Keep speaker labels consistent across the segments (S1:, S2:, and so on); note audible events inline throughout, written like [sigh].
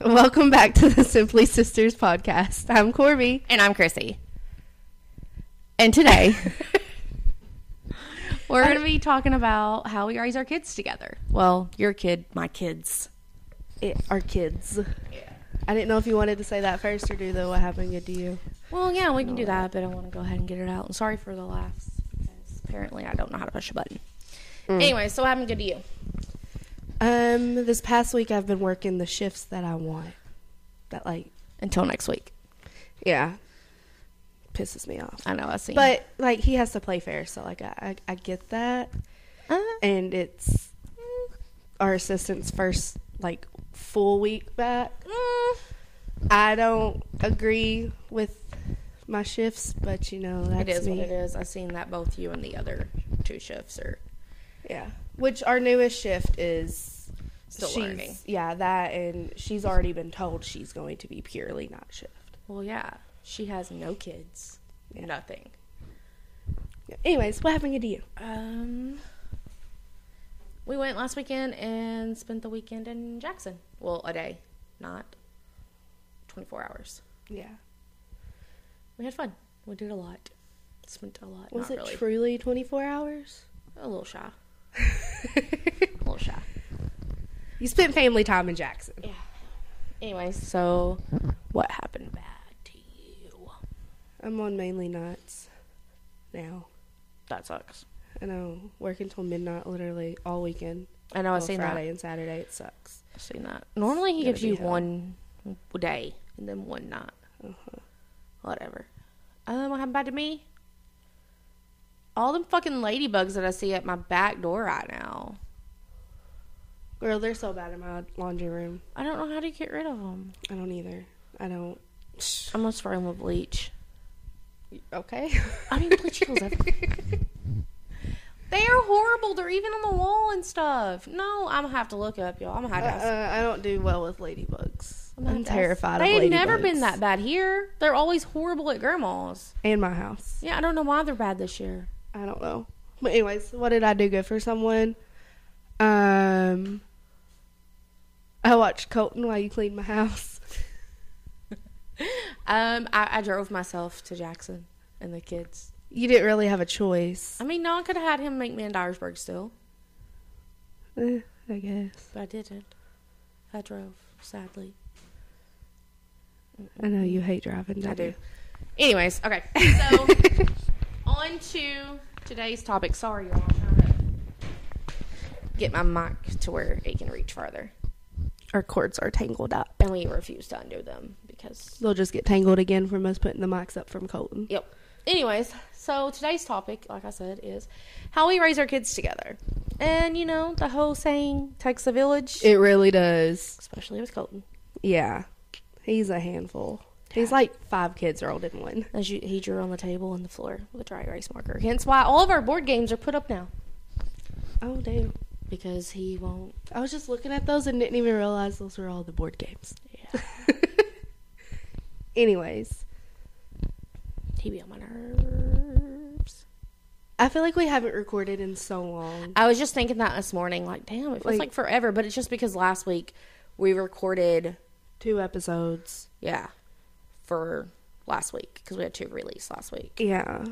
S1: Welcome back to the Simply Sisters podcast. I'm Corby,
S2: And I'm Chrissy.
S1: and [laughs] today we're
S2: We're
S1: gonna
S2: going to be talking about how we raise our kids together. Well, your kid, my kids. It, our kids.
S1: I didn't know if you wanted to say that first or do the what happened good to you.
S2: Well, yeah, we can do that, but I want to go ahead and get it out. I'm sorry for the laughs. because Apparently, I don't know how to push a button. Anyway, so what happened good to you?
S1: Um, this past week I've been working the shifts that I want. That like,
S2: Until next week.
S1: yeah, pisses me off.
S2: I know, I see.
S1: But like, he has to play fair, so like, I I, I get that,
S2: uh,
S1: and it's our assistant's first like full week back.
S2: mm,
S1: I don't agree with my shifts, but you know that's
S2: it is
S1: me.
S2: what it is. I've seen that both you and the other two shifts are.
S1: Yeah, which our newest shift is
S2: Still
S1: she's-
S2: learning.
S1: Yeah, that and she's already been told she's going to be purely not shift.
S2: Well, yeah. She has no kids, nothing.
S1: Anyways, what happened to you?
S2: Um, we went last weekend and spent the weekend in Jackson. Well, a day, not 24 hours.
S1: Yeah,
S2: We had fun. We did a lot. Spent a lot.
S1: was
S2: not
S1: it
S2: really.
S1: truly twenty four hours?
S2: A
S1: [laughs]
S2: little shy. A little shy.
S1: you spent family time in Jackson.
S2: Yeah. Anyway, so what happened back to you?
S1: I'm on mainly nuts now.
S2: That sucks.
S1: I know work until midnight literally all weekend.
S2: Oh, I know. I've
S1: Well,
S2: seen
S1: Friday
S2: that.
S1: and Saturday. It sucks.
S2: I've seen that. Normally he
S1: gotta
S2: gives
S1: be
S2: you
S1: hell.
S2: one day and then one night.
S1: Mm-hmm.
S2: whatever. Um, what happened back to me? All them fucking ladybugs that I see at my back door right now.
S1: Girl, they're so bad in my laundry room.
S2: I don't know how to get rid of them.
S1: I don't either. I don't.
S2: I'm gonna spray them with bleach.
S1: Okay.
S2: I mean, bleach kills everything. They are horrible. They're even on the wall and stuff. No, I'm gonna have to look it up, y'all. I'm gonna have to ask.
S1: [laughs] Uh, I don't do well with ladybugs.
S2: gonna have
S1: I'm
S2: to ask.
S1: terrified
S2: They
S1: of ladybugs.
S2: had never been that bad here. They're always horrible at grandma's.
S1: in my house.
S2: Yeah, I don't know why they're bad this year.
S1: I don't know. But anyways, what did I do good for someone? Um, I watched Colton while you cleaned my house. [laughs]
S2: Um, I, I drove myself to Jackson and the kids.
S1: You didn't really have a choice. [sighs]
S2: I mean, no, I could have had him make me in Dyersburg still.
S1: Eh, I guess.
S2: But I didn't. I drove, sadly.
S1: I know you hate driving. Don't
S2: I do.
S1: you?
S2: Anyways, okay. [laughs] So, on to today's topic. Sorry, y'all. I'm trying to get my mic to where it can reach farther.
S1: Our cords are tangled up.
S2: And we refuse to undo them because,
S1: They'll just get tangled again from us putting the mics up from Colton.
S2: yep. Anyways, so today's topic, like I said, is how we raise our kids together. And, you know, the whole saying takes a village,
S1: It really does.
S2: especially with Colton.
S1: Yeah, he's a handful. He's like five kids rolled in one.
S2: As you, he drew on the table and the floor with a dry erase marker. Hence why all of our board games are put up now.
S1: Oh damn.
S2: Because he won't
S1: I was just looking at those and didn't even realize those were all the board games.
S2: Yeah.
S1: [laughs] Anyways,
S2: He be on my nerves.
S1: I feel like we haven't recorded in so long.
S2: I was just thinking that this morning, like, damn, it feels like,
S1: Like-
S2: forever. But it's just because last week we recorded,
S1: Two episodes.
S2: yeah, for last week because we had two release last week.
S1: Yeah.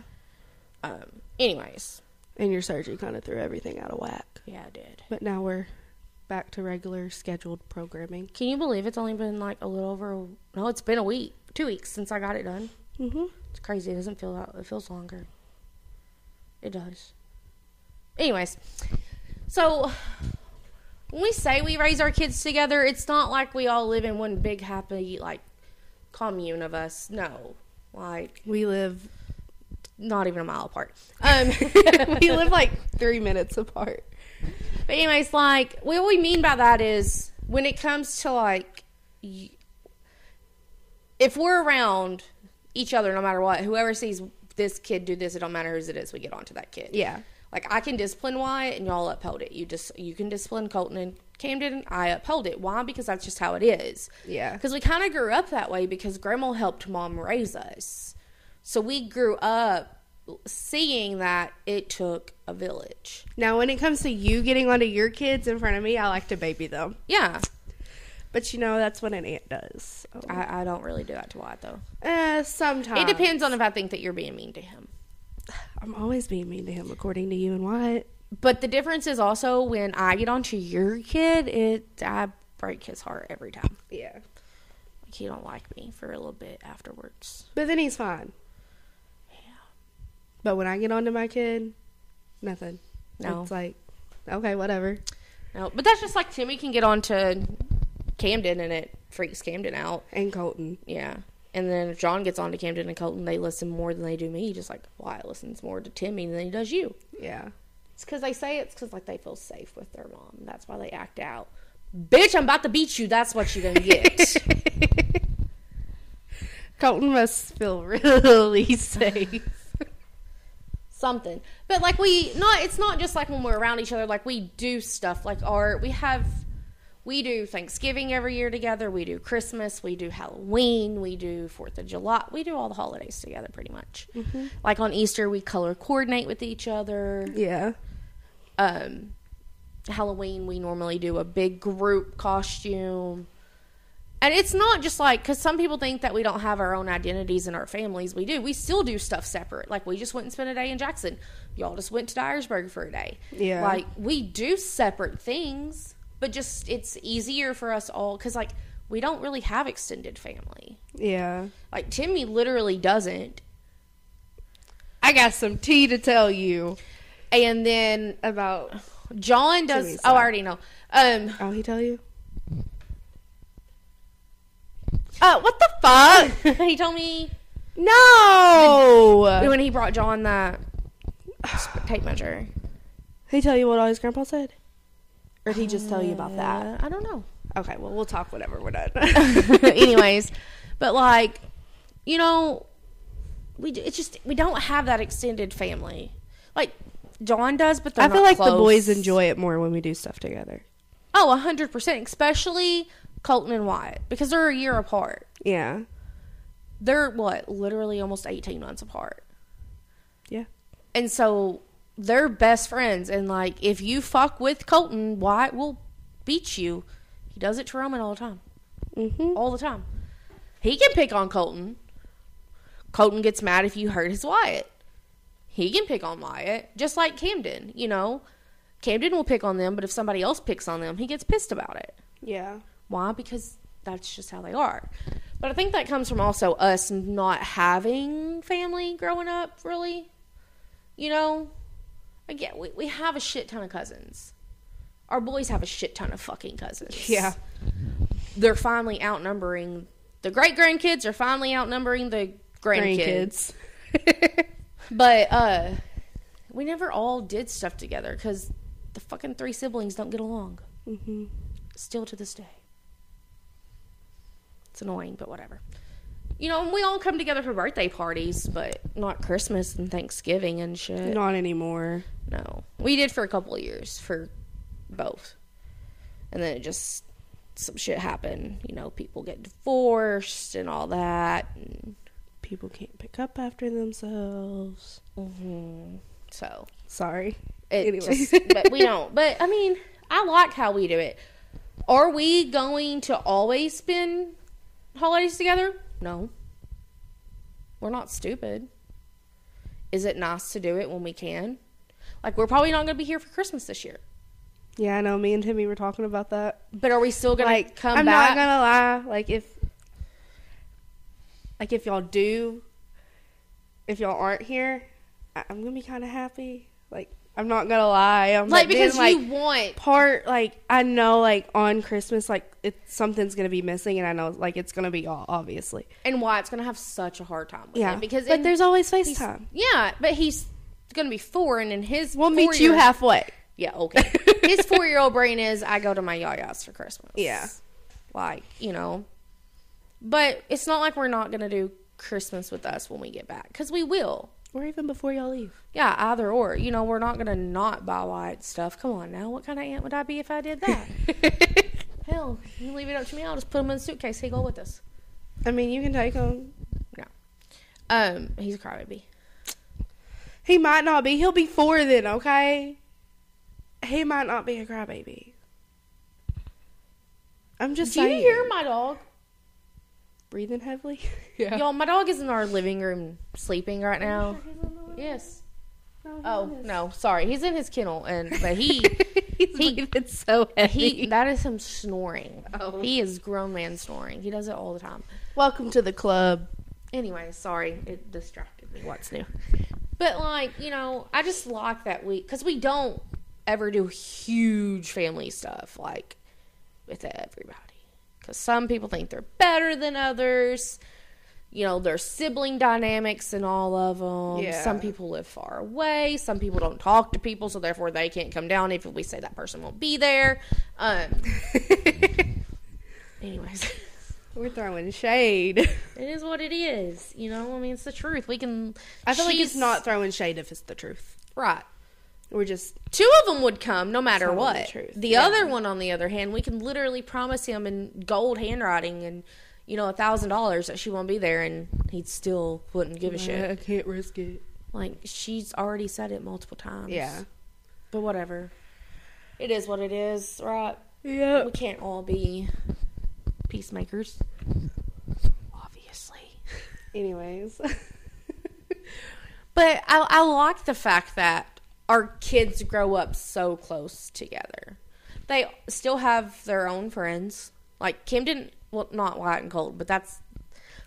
S2: Um, anyways,
S1: And your surgery kind of threw everything out of whack.
S2: yeah, I did.
S1: But now we're back to regular scheduled programming.
S2: Can you believe it's only been like a little over? a- No, it's been a week, two weeks since I got it done.
S1: Mm-hmm.
S2: It's crazy. It doesn't feel that. It feels longer. It does. Anyways, so when we say we raise our kids together, it's not like we all live in one big happy like commune of us. No, like
S1: We live [laughs]
S2: not even a mile apart. Um, [laughs]
S1: we live like three minutes apart.
S2: But anyways, like what we mean by that is when it comes to like, y- if we're around each other, no matter what, whoever sees this kid do this, it don't matter whose it is, we get onto that kid.
S1: Yeah.
S2: Like I can discipline Wyatt and y'all uphold it. You just you can discipline Colton and Camden. I uphold it. Why? Because that's just how it is.
S1: Yeah.
S2: Because we kind of grew up that way because grandma helped mom raise us. So we grew up seeing that it took a village.
S1: Now when it comes to you getting onto your kids in front of me, I like to baby them.
S2: Yeah.
S1: But you know, that's what an aunt does. So.
S2: I, I don't really do that to Wyatt though.
S1: Eh, sometimes.
S2: It depends on if I think that you're being mean to him.
S1: I'm always being mean to him, according to you and Wyatt.
S2: But the difference is also when I get onto your kid, it I break his heart every time.
S1: Yeah.
S2: Like he don't like me for a little bit afterwards.
S1: But then he's fine.
S2: Yeah.
S1: But when I get onto my kid, nothing.
S2: No.
S1: It's like, okay, whatever.
S2: No, but that's just like Timmy can get onto Camden and it freaks Camden out.
S1: And Colton.
S2: Yeah. And then if John gets onto Camden and Colton, they listen more than they do me. Just like Wyatt listens more to Timmy than he does you.
S1: Yeah.
S2: It's because they say it's because like they feel safe with their mom. That's why they act out. Bitch, I'm about to beat you. That's what you're gonna get.
S1: Colton must feel [laughs] really safe.
S2: something. But like we not it's not just like when we're around each other, like we do stuff like our we have we do Thanksgiving every year together, we do Christmas, we do Halloween, we do Fourth of July, we do all the holidays together pretty much. Like on Easter we color coordinate with each other.
S1: yeah.
S2: Um Halloween we normally do a big group costume. And it's not just like because some people think that we don't have our own identities in our families. We do. We still do stuff separate. Like we just went and spent a day in Jackson. Y'all just went to Dyersburg for a day.
S1: Yeah.
S2: Like we do separate things, but just it's easier for us all because like we don't really have extended family.
S1: Yeah.
S2: Like Timmy literally doesn't.
S1: I got some tea to tell you
S2: And then
S1: about.
S2: John does.
S1: Timmy's
S2: oh, I
S1: not.
S2: already know. Um.
S1: Oh, he tell you?
S2: Uh. What the fuck? [laughs] he told me
S1: [laughs] No!
S2: when he brought John that sp- [sighs] tape measure.
S1: He tell you what all his grandpa said? Or did he just tell you about that?
S2: Uh, I don't know.
S1: Okay, well, we'll talk whenever we're done.
S2: [laughs]
S1: [laughs]
S2: Anyways, but like, you know, we d- it's just we don't have that extended family. Like John does, but they're
S1: I feel
S2: not
S1: like the
S2: close.
S1: boys enjoy it more when we do stuff together.
S2: Oh, a hundred percent, especially Colton and Wyatt because they're a year apart.
S1: Yeah.
S2: They're what literally almost eighteen months apart.
S1: Yeah.
S2: and so they're best friends and like if you fuck with colton wyatt will beat you he does it to roman all the time
S1: Mhm.
S2: all the time he can pick on colton colton gets mad if you hurt his wyatt he can pick on wyatt just like camden you know camden will pick on them but if somebody else picks on them he gets pissed about it
S1: Yeah.
S2: why? Because that's just how they are. But I think that comes from also us not having family growing up, really. You know, again, we, we have a shit ton of cousins. Our boys have a shit ton of fucking cousins.
S1: Yeah.
S2: They're finally outnumbering the great grandkids, are finally outnumbering the grandkids.
S1: Grandkids.
S2: [laughs] But uh, we never all did stuff together because the fucking three siblings don't get along.
S1: hmm
S2: still to this day. It's annoying, but whatever. You know, and we all come together for birthday parties, but not Christmas and Thanksgiving and shit.
S1: Not anymore.
S2: No. We did for a couple of years for both. And then it just some shit happened, you know, people get divorced and all that. And,
S1: People can't pick up after themselves.
S2: mhm. So,
S1: Sorry.
S2: It
S1: Anyway.
S2: just, but we don't. But I mean, I like how we do it. Are we going to always spend holidays together? No. We're not stupid. Is it nice to do it when we can? Like we're probably not going to be here for Christmas this year.
S1: [laughs] Yeah, I know. Me and Timmy were talking about that.
S2: But are we still going
S1: Like,
S2: to come
S1: I'm
S2: back?
S1: not gonna lie. Like, if, like, if y'all do, if y'all aren't here, I- I'm gonna be kind of happy. Like, I'm not gonna lie. I'm
S2: like because
S1: then, like,
S2: you want
S1: part like I know like on Christmas like it something's gonna be missing and I know like it's gonna be y'all obviously.
S2: and why it's going to have such a hard time with
S1: Yeah,
S2: it because
S1: but
S2: in-
S1: there's always
S2: he's-
S1: FaceTime.
S2: Yeah, but he's going to be 4 and in his
S1: We'll meet you
S2: four-year-
S1: halfway.
S2: Yeah, okay. His four year old brain is I go to my yaya's for Christmas.
S1: Yeah.
S2: Like, you know. But it's not like we're not gonna do Christmas with us when we get back. Because we will.
S1: Or even before y'all leave.
S2: Yeah, either or. You know, we're not gonna not buy white stuff. Come on now, what kind of aunt would I be if I did [laughs] that? Hell, you leave it up to me, I'll just put him in a suitcase. He go with us.
S1: [laughs] I mean, you can take him.
S2: No. Um, he's a crybaby.
S1: He might not be. He'll be four then. Okay. He might not be a crybaby. I'm just
S2: Do you
S1: saying.
S2: hear my dog?
S1: breathing heavily? [laughs] yeah.
S2: Y'all, my dog is in our living room sleeping right now. Yes. Oh no, sorry. He's in his kennel, and but he
S1: [laughs] He's
S2: he-
S1: breathing so
S2: he that is him snoring.
S1: Oh.
S2: He is grown man snoring. He does it all the time.
S1: Welcome to the club.
S2: Anyway, sorry, it distracted me. What's new? But like you know, I just like that we because we don't ever do huge family stuff like with everybody because some people think they're better than others. You know, their sibling dynamics and all of them.
S1: Yeah.
S2: Some people live far away. Some people don't talk to people, so therefore they can't come down if we say that person won't be there. [laughs] Um, anyways.
S1: [laughs] We're throwing shade. [laughs]
S2: [laughs] It is what it is, you know. I mean, it's the truth. We can.
S1: I feel like it's
S2: she's-
S1: not throwing shade if it's the truth.
S2: right.
S1: We're just
S2: Two of them would come no matter
S1: Telling the
S2: what. The,
S1: truth,
S2: other one, on the other hand, we can literally promise him in gold handwriting and you know a thousand dollars that she won't be there, and he still wouldn't give a shit.
S1: I can't risk it.
S2: Like she's already said it multiple times.
S1: Yeah.
S2: but whatever. It is what it is, right?
S1: Yeah.
S2: We can't all be peacemakers,
S1: [laughs]
S2: obviously.
S1: Anyways. [laughs]
S2: But I, I like the fact that our kids grow up so close together. They still have their own friends. Like Kim didn't, well, not White and Cold, but that's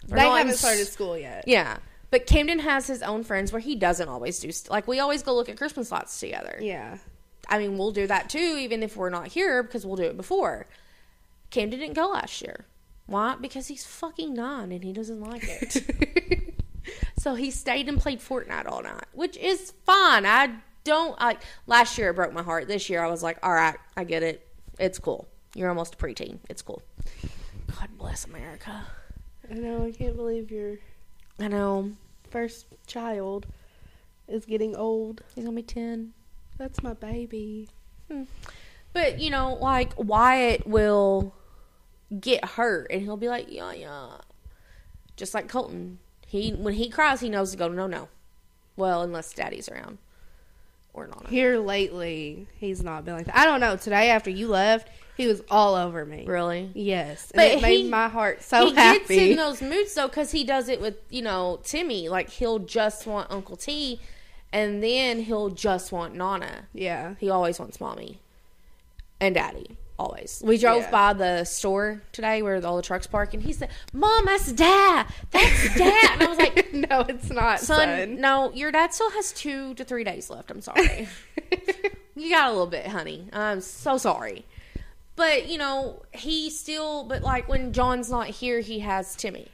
S2: they're
S1: they
S2: not in
S1: haven't
S2: s-
S1: started school yet.
S2: Yeah, but Camden has his own friends where he doesn't always do. St- like we always go look at Christmas lights together.
S1: Yeah.
S2: I mean, we'll do that too, even if we're not here because we'll do it before. Camden didn't go last year. Why? Because he's fucking nine and he doesn't like it. [laughs] So he stayed and played Fortnite all night, which is fine. I don't like last year it broke my heart. This year I was like, all right, I get it. It's cool. You're almost a preteen. It's cool. God bless America.
S1: I know. I can't believe your
S2: I know.
S1: first child is getting old.
S2: He's gonna be ten.
S1: That's my baby.
S2: But you know, like Wyatt will get hurt and he'll be like, yeah, yeah. Just like Colton. He when he cries he knows to go no no. Well, unless daddy's around. Or not.
S1: Here lately, he's not been like that. I don't know. Today after you left, he was all over me.
S2: Really?
S1: Yes, and
S2: But
S1: it made
S2: he-
S1: my heart so
S2: he
S1: happy.
S2: gets in those moods though because he does it with you know Timmy. Like he'll just want Uncle T, and then he'll just want Nana.
S1: [laughs] yeah,
S2: He always wants mommy and daddy. Always. We drove
S1: Yeah.
S2: by the store today where all the trucks park, and he said, "Mom, that's dad.
S1: [laughs]
S2: That's dad." and I was like,
S1: "No, it's not,
S2: "Son,
S1: son."
S2: no, your dad still has two to three days left.
S1: [laughs]
S2: I'm sorry." You got a little bit, honey. I'm so sorry. But, you know, he still, but like when John's not here, he has Timmy.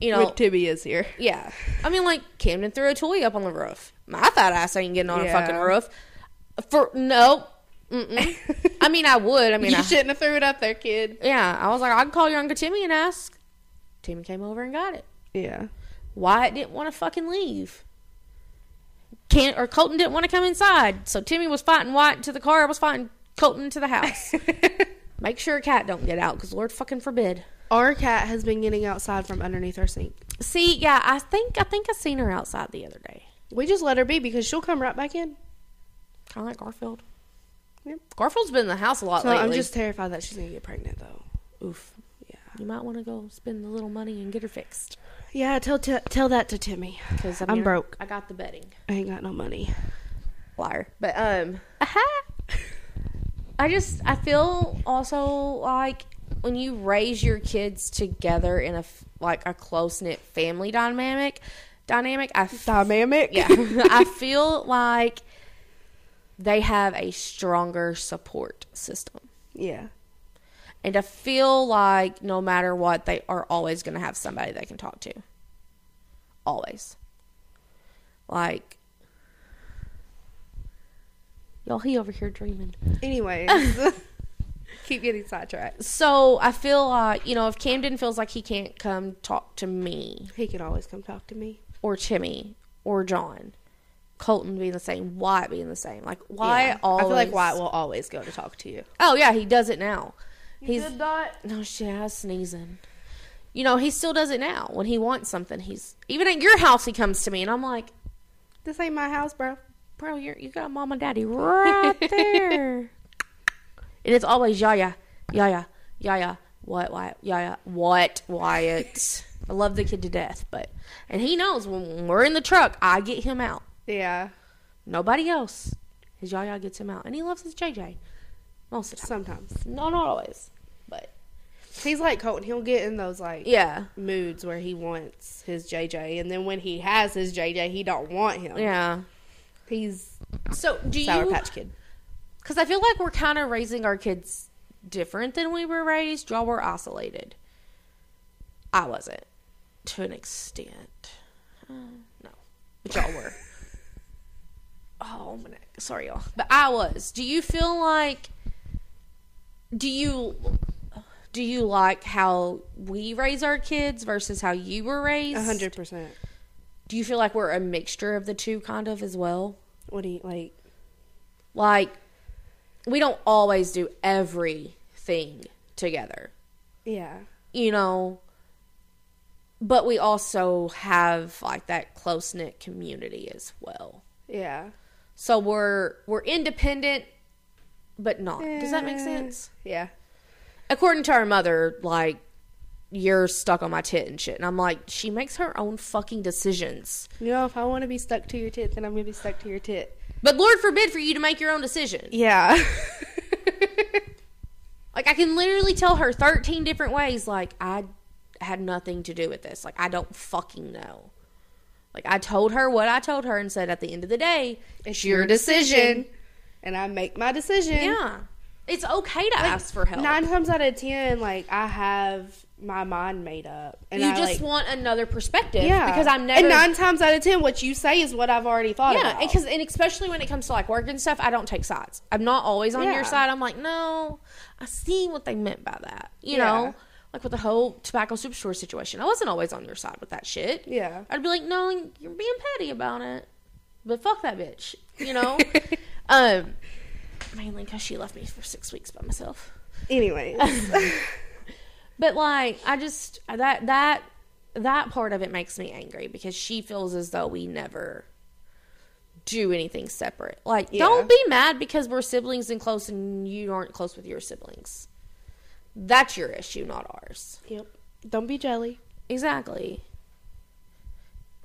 S2: You know,
S1: But Tibby is here.
S2: yeah. I mean, like, Camden threw a toy up on the roof. My fat ass ain't getting on
S1: Yeah.
S2: a fucking roof. For, no. Mm-mm. [laughs] I mean, I would. I
S1: [laughs]
S2: mean,
S1: you
S2: I,
S1: shouldn't have threw it up there, kid.
S2: yeah. I was like, I'd call your Uncle Timmy and ask. Timmy came over and got it.
S1: [laughs] Yeah,
S2: Wyatt didn't want to fucking leave. Can't or Colton didn't want to come inside, so Timmy was fighting Wyatt to the car. I was fighting Colton to the [laughs] house. Make sure Cat don't get out, because Lord fucking forbid.
S1: our cat has been getting outside from underneath our sink.
S2: See, yeah, I think I think I seen her outside the other day,
S1: We just let her be because she'll come right back in.
S2: kind of like Garfield.
S1: Yep.
S2: Garfield's been in the house a lot
S1: So
S2: lately.
S1: I'm just terrified that she's gonna get pregnant, though.
S2: oof.
S1: Yeah,
S2: You might want to go spend the little money and get her fixed.
S1: yeah. Tell t- tell that to Timmy.
S2: Cause
S1: I'm
S2: your-
S1: broke.
S2: I got the bedding.
S1: I ain't got no money.
S2: liar. But um, [laughs] I just I feel also like when you raise your kids together in a f- like a close knit family dynamic, dynamic. I [laughs] f-
S1: Dynamic. [laughs]
S2: yeah, I feel like they have a stronger support system.
S1: yeah.
S2: And I feel like no matter what, they are always going to have somebody they can talk to. Always. Like, y'all, he over here dreaming.
S1: Anyways, [laughs] keep getting sidetracked.
S2: So I feel like, you know, if Camden feels like he can't come talk to me
S1: He can always come talk to me.
S2: or Timmy or John, Colton being the same, Wyatt being the same. Like, Wyatt
S1: Yeah.
S2: always.
S1: I feel like Wyatt will always go to talk to you.
S2: Oh, yeah, he does it now. He's.
S1: not.
S2: No shit, I was sneezing. You know, he still does it now. When he wants something, he's even at your house. He comes to me, and I'm like,
S1: This ain't my house, bro.
S2: "Bro, you you
S1: [laughs]
S2: got mom and daddy right there." and it's always Yaya, Yaya, Yaya, what, Wyatt, Yaya, what, Wyatt. I love the kid to death, but and he knows when we're in the truck, I get him out.
S1: Yeah.
S2: Nobody else. His Yaya gets him out, and he loves his JJ most of the time.
S1: Sometimes
S2: No, not always, but
S1: he's like Colton. He'll get in those like
S2: yeah,
S1: moods where he wants his JJ, and then when he has his JJ, he don't want him.
S2: yeah.
S1: He's
S2: So do
S1: Sour
S2: you?
S1: Patch Kid.
S2: Because I feel like we're kind of raising our kids different than we were raised. Y'all were isolated. I wasn't to an extent. Uh, No, but y'all
S1: [laughs]
S2: were. oh, I'm gonna, sorry, y'all. But I was. Do you feel like? Do you? Do you like how we raise our kids versus how you were raised?
S1: A hundred percent.
S2: Do you feel like we're a mixture of the two, kind of as well?
S1: What do you like?
S2: like we don't always do everything together
S1: Yeah.
S2: you know but we also have like that close knit community as well
S1: Yeah.
S2: so we're we're independent but not does that make
S1: Eh,
S2: sense
S1: Yeah.
S2: according to our mother like you're stuck on my tit and shit and i'm like she makes her own fucking decisions
S1: You know, if I want to be stuck to your tit, then I'm gonna be stuck to your tit.
S2: but lord forbid for you to make your own decision
S1: [laughs] Yeah.
S2: Like I can literally tell her 13 different ways like I had nothing to do with this. Like I don't fucking know. Like I told her what I told her and said at the end of the day,
S1: it's your decision, and I make my decision.
S2: yeah. It's okay to ask for help.
S1: Nine times out of ten, like I have my mind made up, and
S2: you
S1: I,
S2: just
S1: like,
S2: want another perspective
S1: yeah.
S2: because I'm never
S1: And nine times out of ten, what you say is what I've already thought
S2: yeah,
S1: about.
S2: because and especially when it comes to like work and stuff, I don't take sides. I'm not always on
S1: Yeah.
S2: your side. I'm like, no, I see what they meant by that. You
S1: Yeah.
S2: know, like with the whole tobacco superstore situation, I wasn't always on your side with that shit.
S1: Yeah.
S2: I'd be like, no, you're being petty about it, but fuck that bitch.
S1: [laughs]
S2: You know, um, mainly because she left me for six weeks by myself. [laughs]
S1: Anyways, [laughs]
S2: But like, I just that that that part of it makes me angry because she feels as though we never do anything separate. Like,
S1: Yeah.
S2: don't be mad because we're siblings and close, and you aren't close with your siblings. That's your issue, not ours.
S1: yep. Don't be jelly.
S2: Exactly.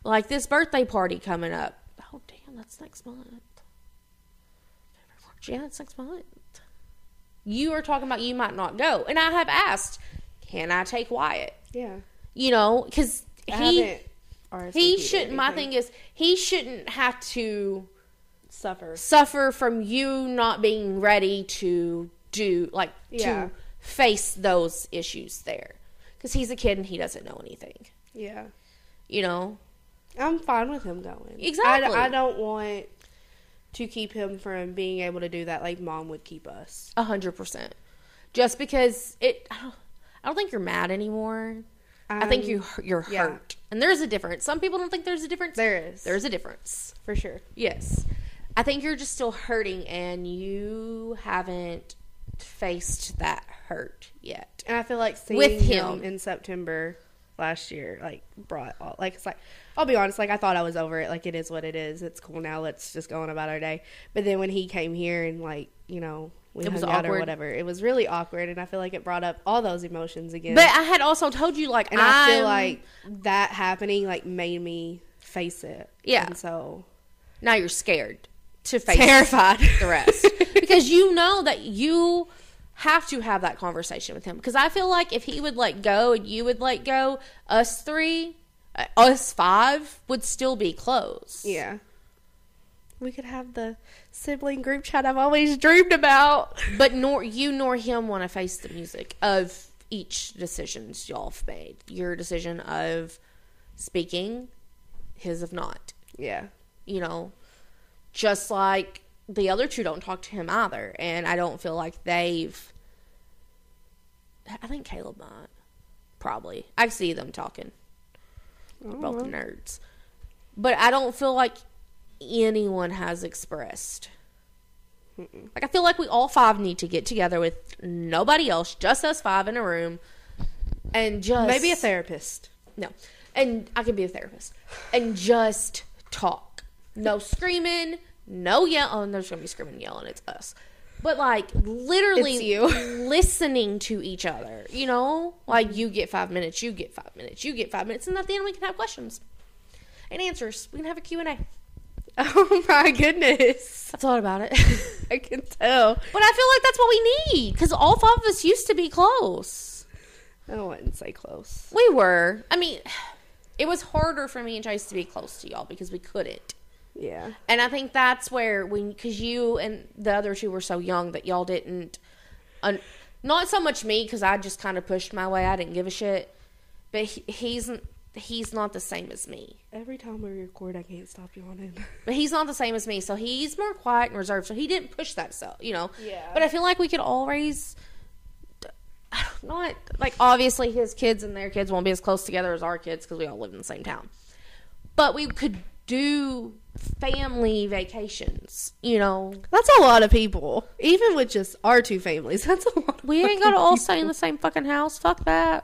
S2: Like this birthday party coming up. Oh damn, that's next month. February, March. Yeah, that's next month. You are talking about you might not go, and I have asked, can I take Wyatt?
S1: Yeah.
S2: You know, because he
S1: haven't
S2: he
S1: RSVP'd
S2: shouldn't. My
S1: anything.
S2: thing is, he shouldn't have to
S1: suffer.
S2: suffer from you not being ready to do like
S1: Yeah.
S2: to face those issues there, because he's a kid and he doesn't know anything.
S1: Yeah.
S2: You know,
S1: I'm fine with him going. I-
S2: Exactly.
S1: I, don't want to keep him from being able to do that like mom would keep us.
S2: A hundred percent. Just because it, I don't, I don't think you're mad anymore. I think
S1: Um,
S2: you you're
S1: yeah.
S2: hurt, and there's a difference. Some people don't think there's a difference.
S1: There is.
S2: There's a difference.
S1: for sure.
S2: Yes, I think you're just still hurting, and you haven't faced that hurt yet.
S1: And I feel like seeing
S2: With
S1: him.
S2: him.
S1: in September last year, like brought all like it's like I'll be honest, like I thought I was over it. Like it is what it is. It's cool now. Let's just go on about our day. But then when he came here and like you know we
S2: It
S1: hung
S2: was
S1: out or
S2: awkward.
S1: whatever, it was really awkward. And I feel like it brought up all those emotions again.
S2: But I had also told you, like,
S1: and I feel
S2: I'm-
S1: like that happening like made me face it.
S2: Yeah.
S1: And so
S2: now you're scared to face
S1: Terrified.
S2: the
S1: [laughs]
S2: rest because you know that you have to have that conversation with him because i feel like if he would let go and you would let go us three uh, us five would still be close
S1: yeah. We could have the sibling group chat I've always dreamed about.
S2: but nor you nor him want to face the music of each decisions y'all have made your decision of speaking his of not
S1: Yeah.
S2: you know, just like the other two don't talk to him either. And I don't feel like they've. I think Caleb might. Probably. I see them talking. They're both
S1: Mm-hmm.
S2: nerds. But I don't feel like anyone has expressed. Like, I feel like we all five need to get together with nobody else, just us five in a room, and just.
S1: Maybe a therapist.
S2: No. And I can be a therapist. And just talk. No screaming, no yell. Oh, and there's going to be screaming and yelling. It's us. But like literally
S1: It's you. [laughs]
S2: listening to each other, you know, like you get five minutes, you get five minutes, you get five minutes, and at the end we can have questions and answers. We can have a Q and A.
S1: [laughs] Oh my goodness.
S2: I thought about it,
S1: [laughs] I can tell.
S2: but I feel like that's what we need because all five of us used to be close.
S1: I wouldn't say close.
S2: We were. I mean, it was harder for me and Chase to be close to y'all because we couldn't.
S1: Yeah.
S2: And I think that's where when because you and the other two were so young that y'all didn't, un, not so much me because I just kind of pushed my way. I didn't give a shit. But he, he's he's not the same as me.
S1: Every time we record, I can't stop yawning.
S2: But he's not the same as me, so he's more quiet and reserved. So he didn't push that self, you know.
S1: Yeah.
S2: But I feel like we could always. [sighs] Not like obviously his kids and their kids won't be as close together as our kids because we all live in the same town, but we could do family vacations, you know.
S1: That's a lot of people. Even with just our two families, [laughs] that's a lot. Of
S2: We ain't
S1: fucking
S2: gonna all
S1: people.
S2: stay in the same fucking house. Fuck that.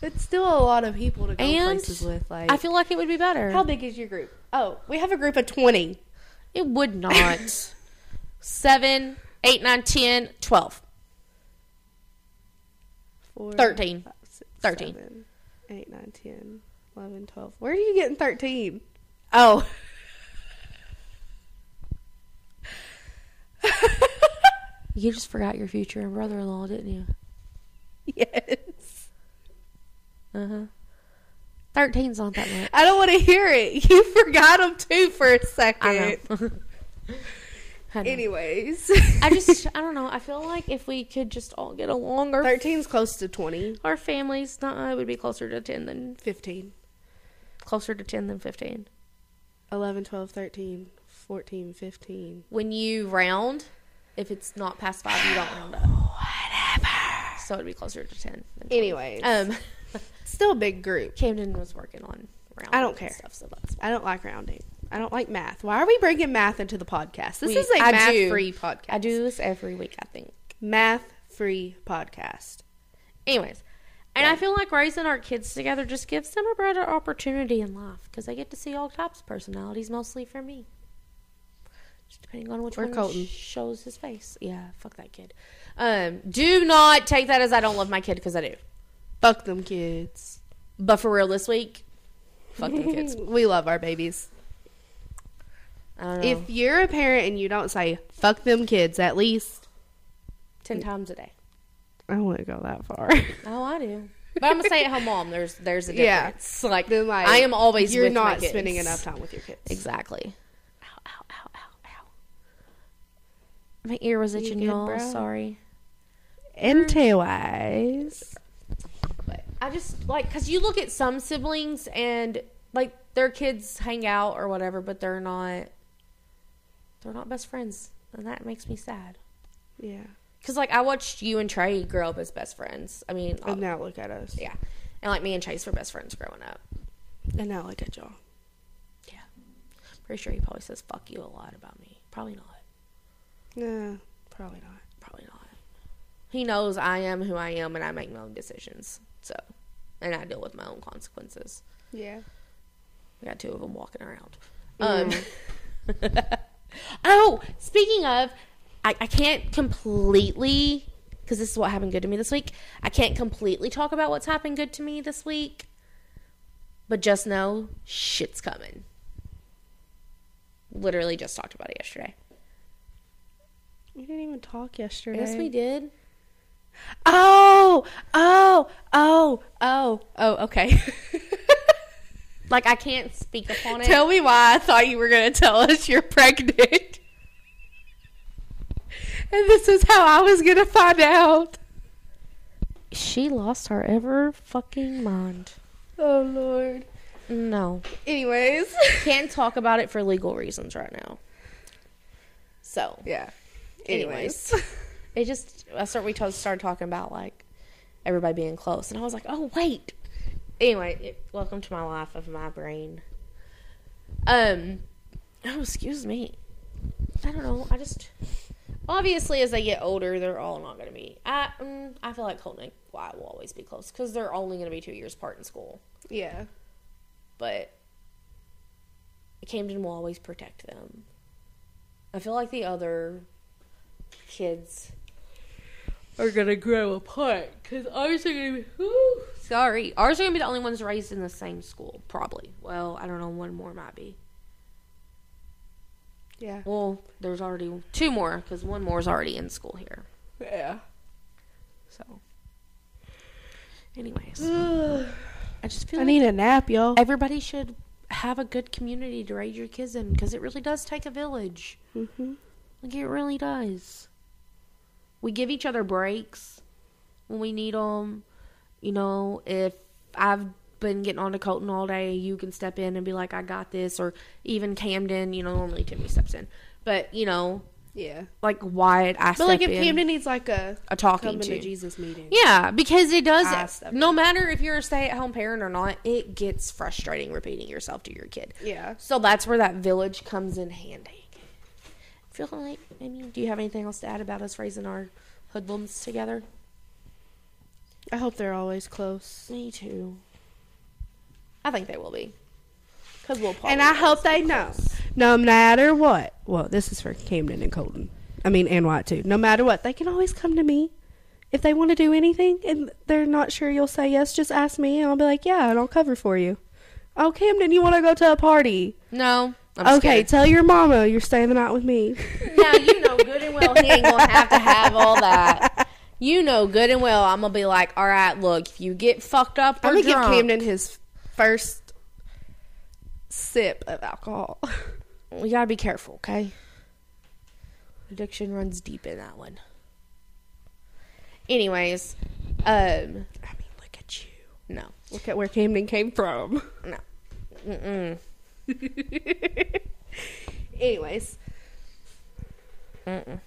S1: It's still a lot of people to go
S2: And
S1: places with. Like,
S2: I feel Oh, like it would be better.
S1: how big is your group? Oh, we have a group of twenty.
S2: it would [laughs] not. Seven, eight, nine, ten, twelve.
S1: Four,
S2: 13.
S1: five, six,
S2: 13.
S1: seven, eight, nine, 10, 11, 12. Where are you getting thirteen? [laughs] Oh.
S2: You just forgot your future brother in law, didn't you?
S1: yes.
S2: Uh huh. Thirteen's not that much.
S1: I don't want to hear it. [laughs] You forgot them too for a second.
S2: I know. [laughs] I, know.
S1: Anyways,
S2: I [laughs] just, I don't know. I
S1: [laughs]
S2: feel like if we could just all get along, our,
S1: 13's close to 20.
S2: our families, nah, it would be closer to 10 than,
S1: 15.
S2: closer to 10 than 15.
S1: 11, 12, 13, 14, 15.
S2: when you round, if it's not past five, you don't round up. Whatever. So it'd be closer to ten. than 20.
S1: Anyways,
S2: um,
S1: still a big group.
S2: [laughs] Camden was working on round.
S1: I don't care.
S2: Stuff, so that's
S1: I don't like rounding. I don't like math. Why are we bringing math into the podcast? This
S2: We-
S1: is a
S2: I do.
S1: math-free podcast.
S2: I do this every week. I think.
S1: Math-free podcast.
S2: Anyways, and I feel like raising our kids together just gives them a better opportunity in life because they get to see all types of personalities, mostly for me. Just depending on which
S1: Or
S2: one
S1: Colton.
S2: sh- shows his face. Yeah, fuck that kid. Um, do not take that as I don't love my kid because I do.
S1: Fuck them kids.
S2: But for real, this week, fuck them
S1: [laughs]
S2: kids.
S1: we love our babies.
S2: I don't know.
S1: If you're a parent and you don't say "fuck them kids," at least
S2: ten times a day.
S1: I wouldn't go that far. [laughs]
S2: Oh, I do. But I'm a stay-at-home mom. There's there's a
S1: Yeah.
S2: difference. Like,
S1: Then, like,
S2: I am always
S1: you're
S2: with my
S1: not
S2: kids.
S1: spending enough time with your kids.
S2: Exactly. Ow, ow, ow, ow, ow. My ear was itching,
S1: good,
S2: y'all.
S1: bro?
S2: Sorry. Mm-hmm.
S1: Ente wise,
S2: But I just like because you look at some siblings and like their kids hang out or whatever, but they're not. They're not best friends, and that makes me sad.
S1: yeah.
S2: Cause like I watched you and Trey grow up as best friends. I mean,
S1: And now look at us.
S2: Oh. Yeah. And like me and Chase were best friends growing up.
S1: And now look at y'all.
S2: Yeah. Pretty sure he probably says fuck you a lot about me. Probably not.
S1: Nah, probably not.
S2: Probably not. He knows I am who I am and I make my own decisions. So, and I deal with my own consequences.
S1: Yeah.
S2: We got two of them walking around. Um, [laughs] oh, speaking of, I, I can't completely, because this is what happened good to me this week. I can't completely talk about what's happened good to me this week, but just know shit's coming. Literally just talked about it yesterday.
S1: We didn't even talk yesterday.
S2: Yes, we did.
S1: Oh, oh, oh, oh, oh. Okay.
S2: [laughs] Like, I can't speak upon it.
S1: tell me why I thought you were gonna tell us you're pregnant. And this is how I was gonna find out.
S2: she lost her ever fucking mind.
S1: Oh Lord.
S2: No.
S1: [laughs] Anyways.
S2: [laughs] Can't talk about it for legal reasons right now. So.
S1: Yeah.
S2: Anyways.
S1: Anyways. [laughs]
S2: it just I start we to- started talking about like everybody being close, and I was like, oh wait. Anyway, it, welcome to my life of my brain. Um, oh excuse me. I don't know. I just obviously as they get older, they're all not going to be. I mm, I feel like Colton and Wyatt will always be close because they're only going to be two years apart in school,
S1: yeah.
S2: but Camden will always protect them. I feel like the other kids are gonna grow apart because ours are gonna be. whew, sorry, ours are gonna be the only ones raised in the same school, probably. Well, I don't know. One more might be.
S1: Yeah.
S2: Well, there's already two more because one more is already in school here.
S1: Yeah.
S2: So, anyways,
S1: I
S2: I just feel like
S1: need a nap, y'all.
S2: everybody should have a good community to raise your kids in because it really does take a village.
S1: Mm-hmm.
S2: Like it really does. We give each other breaks when we need them. You know, if I've been getting on to Colton all day, you can step in and be like, "I got this," or even Camden. You know, normally Timmy steps in, but you know,
S1: Yeah.
S2: like Wyatt, I
S1: But
S2: step
S1: like if
S2: in
S1: Camden needs like a
S2: a talking
S1: coming
S2: to.
S1: to Jesus meeting.
S2: Yeah, because it
S1: I
S2: does.
S1: step
S2: No matter if you're a stay-at-home parent or not, it gets frustrating repeating yourself to your kid.
S1: Yeah.
S2: So that's where that village comes in handy. Feel like, I mean, do you have anything else to add about us raising our hoodlums together?
S1: I hope they're always close.
S2: Me too. I think they will be.
S1: Cause we'll and I hope they know. No matter what. Well, this is for Camden and Colton. I mean, and White too. No matter what, they can always come to me if they want to do anything, and they're not sure you'll say yes. Just ask me, and I'll be like, yeah, and I'll cover for you. Oh, Camden, you want to go to a party?
S2: No.
S1: okay,
S2: I'm okay.
S1: tell your mama you're staying the night with
S2: [laughs]
S1: me.
S2: now, you know good and
S1: [laughs]
S2: well he ain't going to have to have all that. You know good and well I'm going to be like, all right, look, if you get fucked up or
S1: I'm gonna give
S2: drunk.
S1: Camden his first sip of alcohol. [laughs]
S2: we got to be careful, okay? Addiction runs deep in that one. Anyways, um,
S1: I mean, look at you.
S2: no.
S1: Look at where Camden came from. [laughs]
S2: No. Mm-mm.
S1: Anyways,
S2: Mm-mm.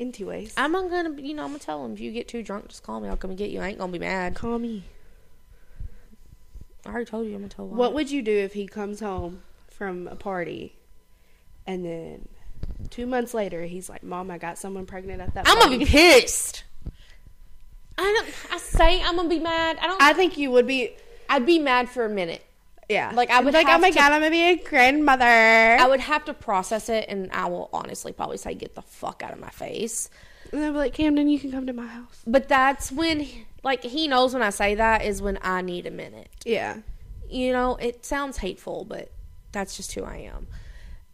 S1: anyways,
S2: I'm not gonna, you know, I'm gonna tell him if you get too drunk, just call me. I'll come and get you. I ain't gonna be mad.
S1: call me.
S2: I already told you. I'm gonna tell him.
S1: What would you do if he comes home from a party and then two months later he's like, Mom, I got someone pregnant at that
S2: I'm
S1: party?
S2: gonna be pissed. I don't. I say I'm gonna be mad. I don't.
S1: I think you would be,
S2: I'd be mad for a minute.
S1: yeah.
S2: Like, I would
S1: like, oh
S2: have
S1: my
S2: to-
S1: god, I'm gonna be a grandmother.
S2: I would have to process it, and I will honestly probably say, "Get the fuck out of my face."
S1: and I'd be like, Camden, you can come to my house.
S2: But that's when, like, he knows when I say that is when I need a minute.
S1: Yeah.
S2: you know, it sounds hateful, but that's just who I am.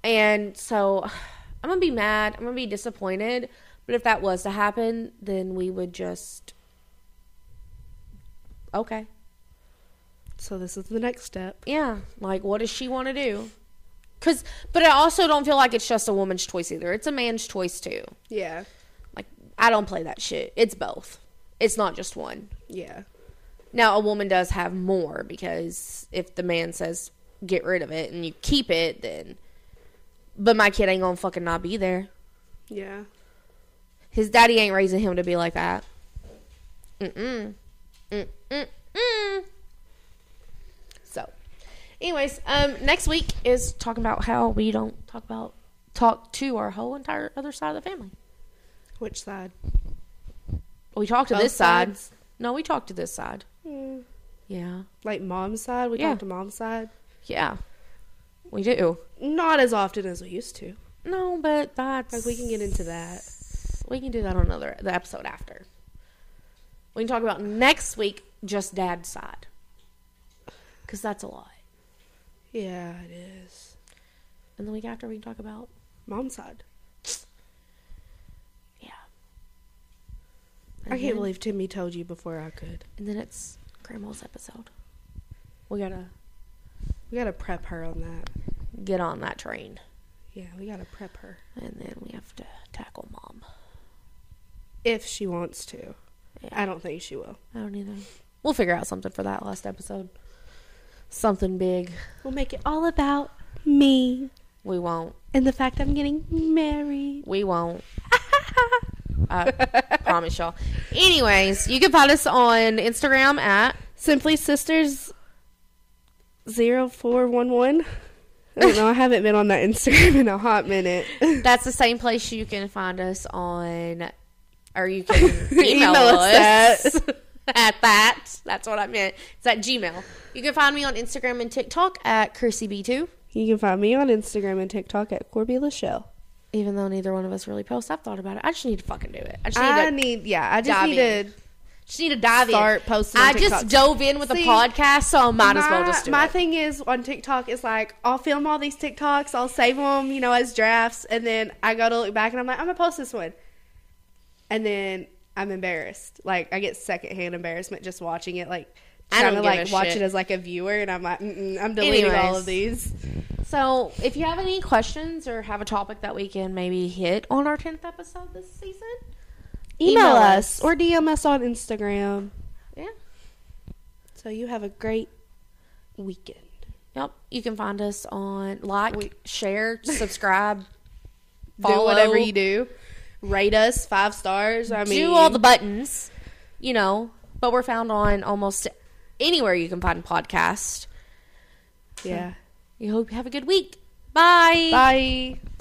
S2: And so [sighs] I'm going to be mad. I'm going to be disappointed. But if that was to happen, then we would just. Okay.
S1: So this is the next step.
S2: Yeah. Like, what does she want to do? Cause, but I also don't feel like it's just a woman's choice either. It's a man's choice too.
S1: Yeah.
S2: Like, I don't play that shit. It's both. It's not just one.
S1: Yeah.
S2: Now, a woman does have more because if the man says get rid of it and you keep it, then. But my kid ain't gonna fucking not be there.
S1: Yeah.
S2: His daddy ain't raising him to be like that. Mm-mm. Mm-mm-mm. So, anyways, um, next week is talking about how we don't talk about talk to our whole entire other side of the family.
S1: Which side?
S2: We talk to
S1: Both
S2: this side.
S1: sides?
S2: No, we talk to this side.
S1: Mm.
S2: Yeah,
S1: Like mom's side? We
S2: Yeah.
S1: talk to mom's side?
S2: yeah, we do.
S1: Not as often as we used to.
S2: No, but that's
S1: Like we can get into that.
S2: We can do that on another the episode after. We can talk about next week just dad's side. Cuz that's a lot.
S1: Yeah, it is.
S2: And the week after we can talk about
S1: Mom's side.
S2: yeah.
S1: I
S2: And then-
S1: can't believe Timmy told you before I could.
S2: And then it's grandma's episode. We got to
S1: We gotta prep her on that.
S2: get on that train
S1: Yeah, we gotta prep her
S2: and then we have to tackle mom.
S1: if she wants to.
S2: Yeah.
S1: I don't think she will.
S2: I don't either. We'll figure out something for that last episode. Something big.
S1: We'll make it all about me
S2: We won't.
S1: and the fact I'm getting married.
S2: We won't. I promise y'all. Anyways, you can find us on Instagram at
S1: Simply Sisters 0411. I don't know. I haven't been on that [laughs] Instagram in a hot minute.
S2: that's the same place you can find us on, or
S1: [laughs]
S2: you can email,
S1: Email us
S2: us, [laughs] at that. That's what I meant. It's at Gmail. You can find me on Instagram and TikTok at CurseyB2.
S1: You can find me on Instagram and TikTok at Corby Lachelle.
S2: Even though neither one of us really posts, I've thought about it. I just need to fucking do it. I just need
S1: I
S2: to
S1: need, yeah, I just
S2: dive
S1: need to.
S2: in. just need to dive
S1: start
S2: in.
S1: posting on
S2: I just
S1: TikToks.
S2: dove in with
S1: See,
S2: a podcast, so I might as well
S1: my-
S2: just do
S1: my
S2: it.
S1: thing is on TikTok is like I'll film all these TikToks, I'll save them, you know, as drafts, and then I go to look back and I'm like, I'm gonna post this one, and then I'm embarrassed. Like I get secondhand embarrassment just watching it. Like
S2: I don't
S1: trying to
S2: give
S1: like
S2: a
S1: watch
S2: shit.
S1: it as like a viewer, and I'm like, Mm-mm, I'm deleting all
S2: Anyways.
S1: of these.
S2: So, if you have any questions or have a topic that we can maybe hit on our 10th episode this season,
S1: Email,
S2: Email
S1: us
S2: us.
S1: or DM us on Instagram.
S2: yeah.
S1: So you have a great weekend.
S2: Yep. You can find us on like, share, subscribe,
S1: [laughs] Do
S2: Follow.
S1: whatever you do. Rate us five stars. I mean,
S2: do all the buttons, you know, but we're found on almost anywhere you can find podcast.
S1: yeah.
S2: We hope you have a good week. Bye.
S1: Bye.